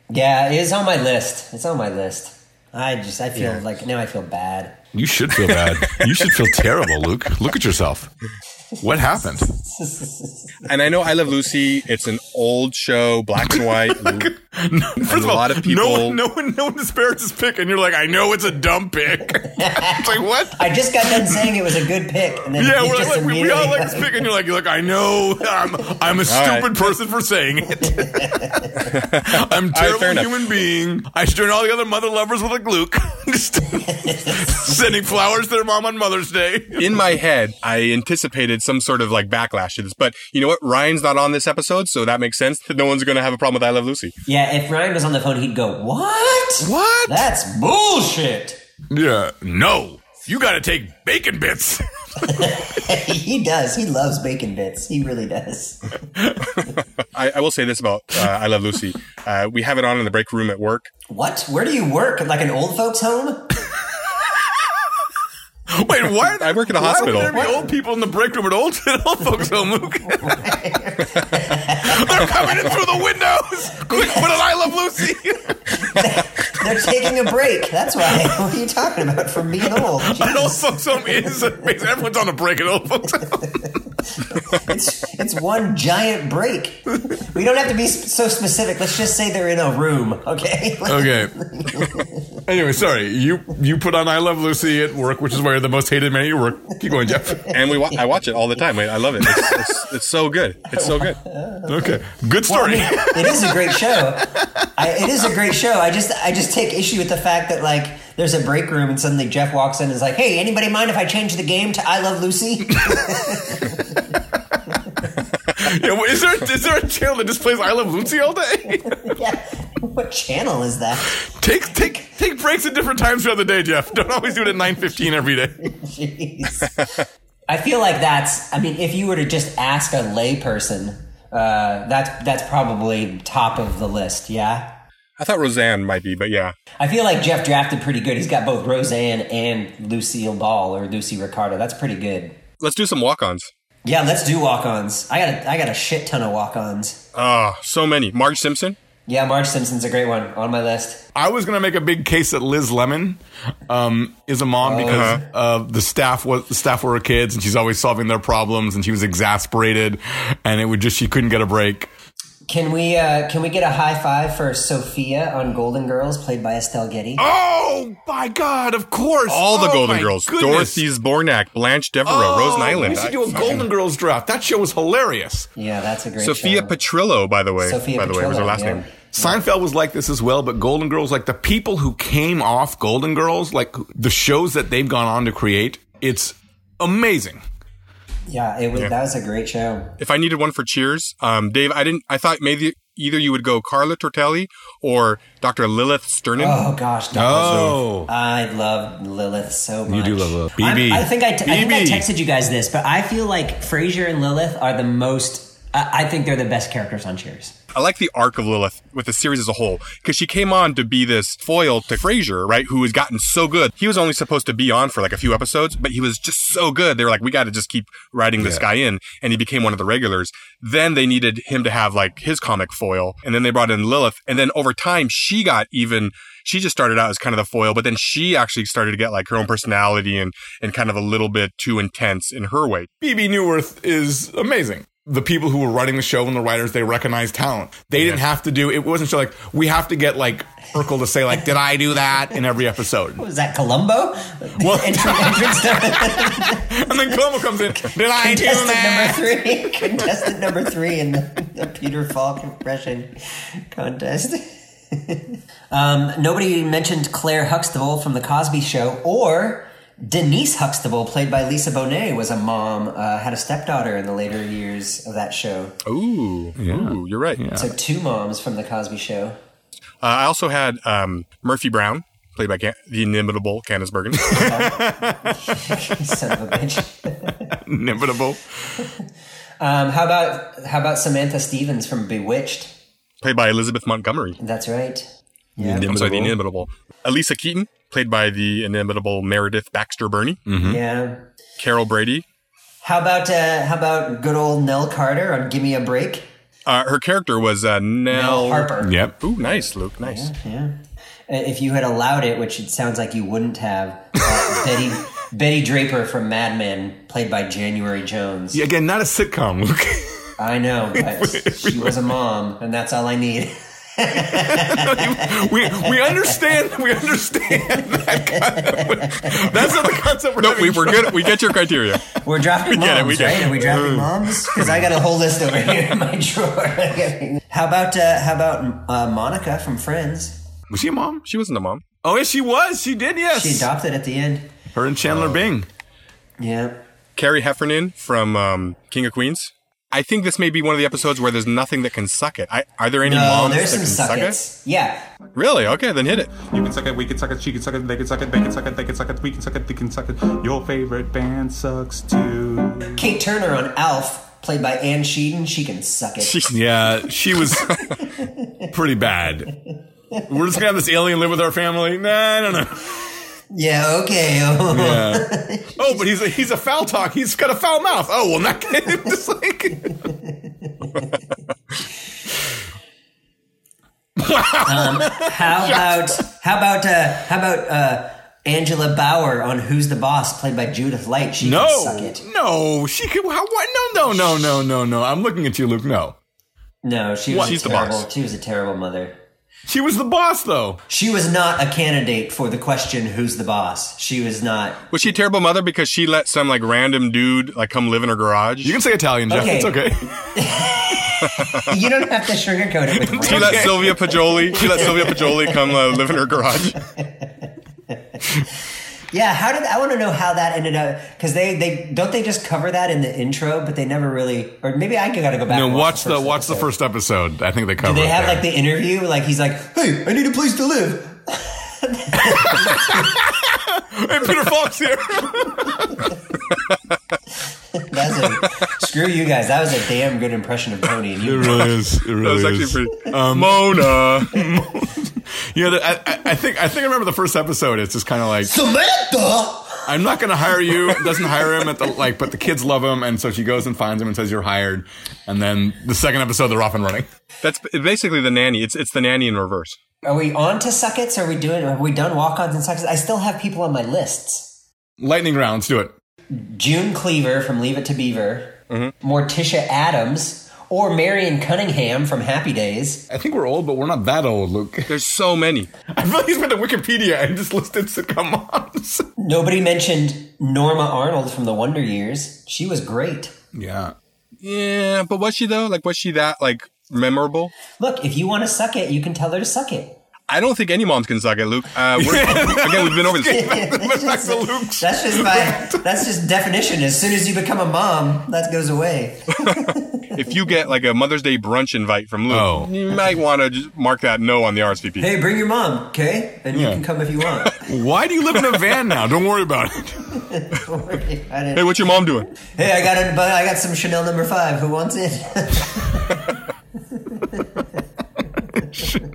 C: Yeah, it's on my list. It's on my list. I just I feel like now I feel bad.
A: You should feel bad. You should feel terrible, Luke. Look at yourself. What happened?
B: And I know I Love Lucy. It's an old show, black and white.
A: First
B: a lot of people-
A: no one, no one, no one disparages this pick, and you're like, I know it's a dumb pick. it's like what?
C: I just got done saying it was a good pick, and then
A: Yeah,
C: he
A: we're like,
C: just
A: like, we, we all like this pick, and you're like, look, I know I'm, I'm a stupid
B: right.
A: person for saying it. I'm a
B: fair
A: terrible
B: enough.
A: human being. I should turn all the other mother lovers with a gluke. Just sending flowers to their mom on Mother's Day.
B: In my head, I anticipated some sort of like backlash to this, but you know what? Ryan's not on this episode, so that makes sense that no one's going to have a problem with I Love Lucy.
C: Yeah, if Ryan was on the phone, he'd go, "What?
A: What?
C: That's bullshit."
A: Yeah, no. You got to take bacon bits.
C: he does. He loves bacon bits. He really does.
B: I, I will say this about uh, I Love Lucy: uh, we have it on in the break room at work.
C: What? Where do you work? Like an old folks' home?
A: Wait, why?
B: I work in a
A: why
B: hospital.
A: Would there be old people in the break room at old, at old folks home, Luke? They're coming in through the windows. Quick, put an I Love Lucy.
C: They're taking a break. That's why. What are you talking about? From being old.
A: An old
C: Jeez.
A: folks home is amazing. Everyone's on a break at old folks home.
C: It's, it's one giant break. We don't have to be sp- so specific. Let's just say they're in a room, okay?
A: Okay. anyway, sorry. You you put on I Love Lucy at work, which is where you're the most hated man at your work. Keep going, Jeff.
B: and we wa- I watch it all the time. I, I love it. It's, it's, it's so good. It's so good.
A: Okay. Good story.
C: it is a great show. I, it is a great show. I just I just take issue with the fact that like there's a break room and suddenly Jeff walks in and is like, "Hey, anybody mind if I change the game to I Love Lucy?"
A: Yeah, well, is, there, is there a channel that just plays I Love Lucy all day?
C: yeah. What channel is that?
A: take take take breaks at different times throughout the day, Jeff. Don't always do it at 9.15 every day.
C: Jeez. I feel like that's. I mean, if you were to just ask a layperson, uh, that's that's probably top of the list. Yeah.
B: I thought Roseanne might be, but yeah.
C: I feel like Jeff drafted pretty good. He's got both Roseanne and Lucille Ball or Lucy Ricardo. That's pretty good.
B: Let's do some walk-ons.
C: Yeah, let's do walk-ons. I got a, I got a shit ton of walk-ons.
B: Ah, so many. Marge Simpson.
C: Yeah, Marge Simpson's a great one on my list.
A: I was going to make a big case that Liz Lemon um, is a mom because uh, the staff was the staff were her kids, and she's always solving their problems, and she was exasperated, and it would just she couldn't get a break.
C: Can we uh, can we get a high five for Sophia on Golden Girls, played by Estelle Getty?
A: Oh my God! Of course,
B: All the
A: Oh,
B: Golden
A: my
B: Girls.
A: goodness.
B: Dorothy Zbornak, Blanche Devereaux,
A: Oh,
B: Rosen Island.
A: We should do
B: I
A: a
B: fucking-
A: Golden Girls draft. That show was hilarious.
C: Yeah, that's a great
B: Sophia
C: show.
B: Petrillo, by the way.
C: Sophia
B: by the way, was her
C: Petrillo,
B: last
C: yeah.
B: name.
A: Seinfeld was like this as well, but Golden Girls, like the people who came off Golden Girls, like the shows that they've gone on to create, it's amazing.
C: yeah, it was that was a great show.
B: If I needed one for Cheers, um, Dave, I didn't. I thought maybe either you would go Carla Tortelli or Dr. Lilith Sternin.
C: Oh gosh,
A: Oh.
C: I love Lilith so much.
A: do love Lilith.
C: I'm-
A: BB.
C: I think I, t- I think I
A: BB.
C: texted you guys this, but I feel like Frasier and Lilith are the most. I I think they're the best characters on Cheers.
B: I like the arc of Lilith with the series as a whole because she came on to be this foil to Frasier, right? Who has gotten so good. He was only supposed to be on for like a few episodes, but he was just so good. They were like, we got to just keep writing this guy in. And he became one of the regulars. Then they needed him to have like his comic foil. And then they brought in Lilith. And then over time, she got even, she just started out as kind of the foil, but then she actually started to get like her own personality and, and kind of a little bit too intense in her way.
A: BB Newworth is amazing. The people who were running the show and the writers, they recognized talent. They didn't have to do it. Wasn't so like we have to get like Urkel to say like, "Did I do that?" in every episode.
C: Was that Columbo?
A: Well-
C: Entry- entrance number,
A: And then Como comes in. Did I do that?
C: contestant number three. Contestant number three in the, the Peter Falk impression contest. um, nobody mentioned Claire Huxtable from The Cosby Show or Denise Huxtable, played by Lisa Bonet, was a mom, uh, had a stepdaughter in the later years of that show.
B: Ooh, ooh, you're right.
C: So two moms from The Cosby Show.
B: Uh, I also had um, Murphy Brown, played by Can- the inimitable Candace Bergen.
C: Son of a bitch.
A: Inimitable.
C: Um, how about how about Samantha Stevens from Bewitched?
B: played by Elizabeth Montgomery.
C: That's right.
B: I'm sorry, the inimitable. Elisa Keaton, played by the inimitable Meredith Baxter Burney.
A: Mm.
C: Yeah.
B: Carol Brady.
C: How about uh, how about good old Nell Carter on "Give Me a Break"?
B: Uh, her character was uh, Nell.
C: Nell Harper.
A: Yep.
B: Ooh, nice, Luke. Nice.
C: Yeah. Uh, If you had allowed it, which it sounds like you wouldn't have, uh, Betty Betty Draper from Mad Men, played by January Jones.
A: Yeah, Again, not a sitcom, Luke.
C: I know, but she was a mom, and that's all I need.
A: we we understand. We understand that concept. That's not the concept we're
B: No,
A: having
B: we, we're good. We get your criteria.
C: We're drafting
B: We
C: moms,
B: get it, we get
C: right?
B: it.
C: Are we drafting moms? Because I got a whole list over here in my drawer. how about uh, how about uh, Monica from Friends?
A: Was she a mom?
B: She wasn't a mom.
A: Oh, yes, she was. She did, yes.
C: She adopted at the end.
A: Her and Chandler
B: Oh.
A: Bing.
C: Yeah.
B: Carrie Heffernan from um, King of Queens. I think this may be one of the episodes where there's nothing that can suck it. I, are there any
C: Oh,
B: moms
C: there's
B: that
C: some
B: can suck it?
C: suckets. Yeah,
B: Really? Okay, then hit it.
D: You can suck it, we can suck it, she can suck it, they can suck it, they can suck it, they can suck it, we can suck it, they can suck it. Your favorite band sucks too.
C: Kate Turner on Alf, played by Ann Sheedon. She can suck it.
A: Yeah, she was pretty bad. We're just going to have this alien live with our family? Nah, I don't know.
C: Yeah, okay.
A: Oh, but he's a he's a foul talk. He's got a foul mouth. Oh well, not just like
C: How about how about uh, how about uh, Angela Bauer on Who's the Boss, played by Judith Light? She can suck
A: no,
C: it.
A: no. She could. How, why? No, no, no, no, no, no. I'm looking at you, Luke. No,
C: No, she was
B: She's
C: a
B: the boss.
C: terrible. she was a terrible mother.
A: she was the boss though.
C: She was not a candidate for the question "Who's the boss." She was not.
B: Was she a terrible mother because she let some like random dude like come live in her garage?
A: You can say Italian, Jeff.
C: Okay.
A: It's okay.
C: You don't have to sugarcoat it. With
B: she
C: rape.
B: let Sylvia Pajoli. She let Sylvia Pajoli come uh, live in her garage.
C: yeah, how did I want to know how that ended up? Because they they don't they just cover that in the intro, but they never really. Or maybe I got to go back.
A: No,
C: and
A: watch the
C: first
A: watch the
C: episode.
A: first episode. I think they covered.
C: They
A: it
C: have
A: there.
C: like the interview. Like he's like, "Hey, I need a place to live."
A: Hey, Peter Falk's here.
C: That's a, screw you guys. That was a damn good impression of Tony. And
A: it
C: you,
A: really is. It
B: That
A: really
B: was
A: is.
B: actually pretty.
A: Um,
B: Mona.
A: You know, I, I- I think I think I remember the first episode. It's just kind of like
C: Samantha.
A: I'm not going to hire you. Doesn't hire him at the like, but the kids love him, and so she goes and finds him and says you're hired. And then the second episode, they're off and running.
B: That's basically the nanny. It's it's the nanny in reverse.
C: Are we on to suckets? Are we doing? Have we done walk-ons and suckets? I still have people on my lists.
A: Lightning round. Let's do it.
C: June Cleaver from Leave It to Beaver, Morticia Adams, or Marion Cunningham from Happy Days.
A: I think we're old, but we're not that old, Luke.
B: There's so many.
A: I feel like he's been to Wikipedia and just listed sitcom moms.
C: Nobody mentioned Norma Arnold from The Wonder Years. She was great.
A: yeah.
B: Yeah, but was she though? Like was she that like memorable?
C: Look, if you want to suck it, you can tell her to suck it.
B: I don't think any moms can suck it, Luke. Uh, we're, again, we've been over this.
A: Back to Luke's.
C: That's just my. that's just definition. As soon as you become a mom, that goes away.
B: If you get like a Mother's Day brunch invite from Luke,
A: Oh.
B: you might want to just mark that no on the RSVP.
C: Hey, bring your mom, okay? And
A: Yeah.
C: you can come if you want.
A: Why do you live in a van now? Don't worry about it.
C: Don't worry about
B: Hey,
C: it.
B: what's your mom doing?
C: Hey, I got a, but I got some Chanel number five. Who wants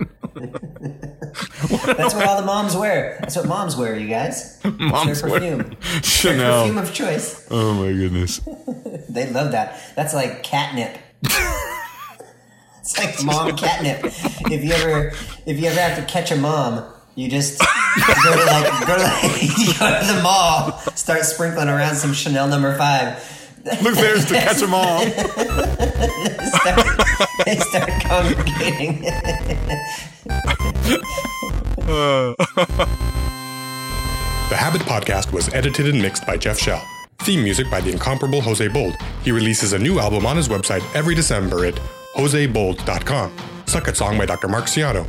C: it? That's what all the moms wear. That's what moms wear, you guys.
A: Mom's
C: Their
A: wear
C: perfume. Perfume
A: Chanel.
C: of choice.
A: Oh my goodness.
C: They love that. That's like catnip. it's like mom catnip. If you ever, if you ever have to catch a mom, you just go to like go to, like, you go to the mall, start sprinkling around some Chanel number five.
A: Look, there's to catch them all.
C: They start congregating.
E: The Habit Podcast was edited and mixed by Jeff Shell. Theme music by the incomparable Jose Bold. He releases a new album on his website every December at josebold.com. Suck It Song by Dr. Mark Ciano.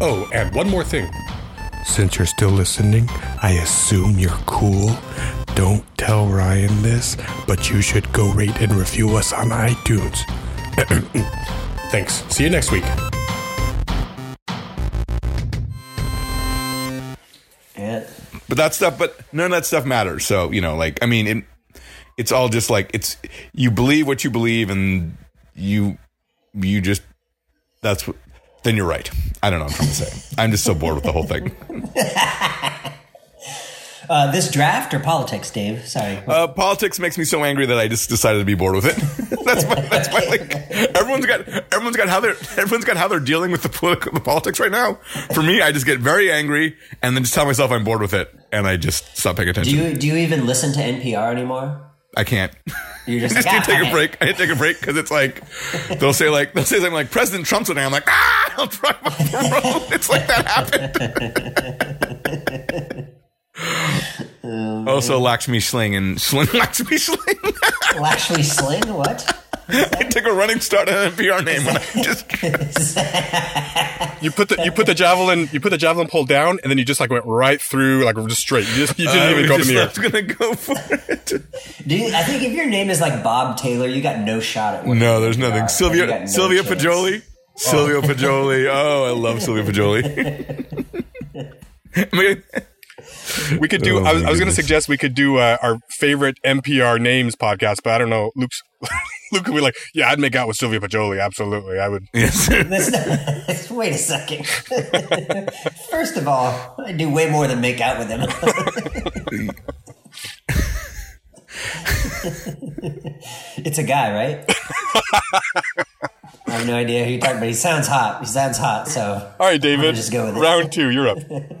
E: Oh, and one more thing. Since you're still listening, I assume you're cool. Don't tell Ryan this, but you should go rate and review us on iTunes. Thanks. See you next week.
C: Yeah.
A: But that stuff, but none of that stuff matters. So you know, like I mean, it, it's all just like it's you believe what you believe, and you you just that's what. Then you're right. I don't know what I'm trying to say. I'm just so bored with the whole thing.
C: Uh, this draft or politics, Dave? Sorry.
A: Uh, politics makes me so angry that I just decided to be bored with it. that's my that's my like. Everyone's got everyone's got how they're everyone's got how they're dealing with the political the politics right now. For me, I just get very angry and then just tell myself I'm bored with it, and I just stop paying
C: do
A: attention.
C: you do you even listen to NPR anymore?
A: I can't.
C: You're just,
A: I just
C: like,
A: need to
C: "Ah,
A: take
C: fuck
A: a
C: it."
A: break. I need to take a break because it's like they'll say like they'll say something like President Trump's today. I'm like ah, I'll drive off the road. It's like that happened. also, Lakshmi Sling and Sling Lakshmi Sling.
C: Lashley Sling? What?
A: I took a running start on a PR name when I just
B: You put the you put the javelin you put the javelin pole down, and then you just like went right through like just straight. You just you didn't
A: I
B: even go in
A: just
B: the air.
A: was gonna go for it.
C: Do you, I think if your name is like Bob Taylor, you got no shot at winning.
A: No, there's
C: You
A: nothing.
C: got
A: Sylvia
C: no
A: Sylvia
C: chance. Oh.
A: Pajoli. Sylvia Pajoli. Oh, I love Sylvia Pajoli. I mean,
B: We could do.
A: Oh,
B: I was,
A: my
B: I was going to
A: goodness.
B: suggest we could do uh, our favorite NPR names podcast, but I don't know. Luke's Luke would be like, "Yeah, I'd make out with Sylvia Pajoli. Absolutely, I would."
A: Yes.
C: That's not, wait a second. First of all, I do way more than make out with him. it's a guy, right? I have no idea who you're talking about. He sounds hot. He sounds hot, so
B: All right, David.
C: just go with it.
B: Round two, you're up.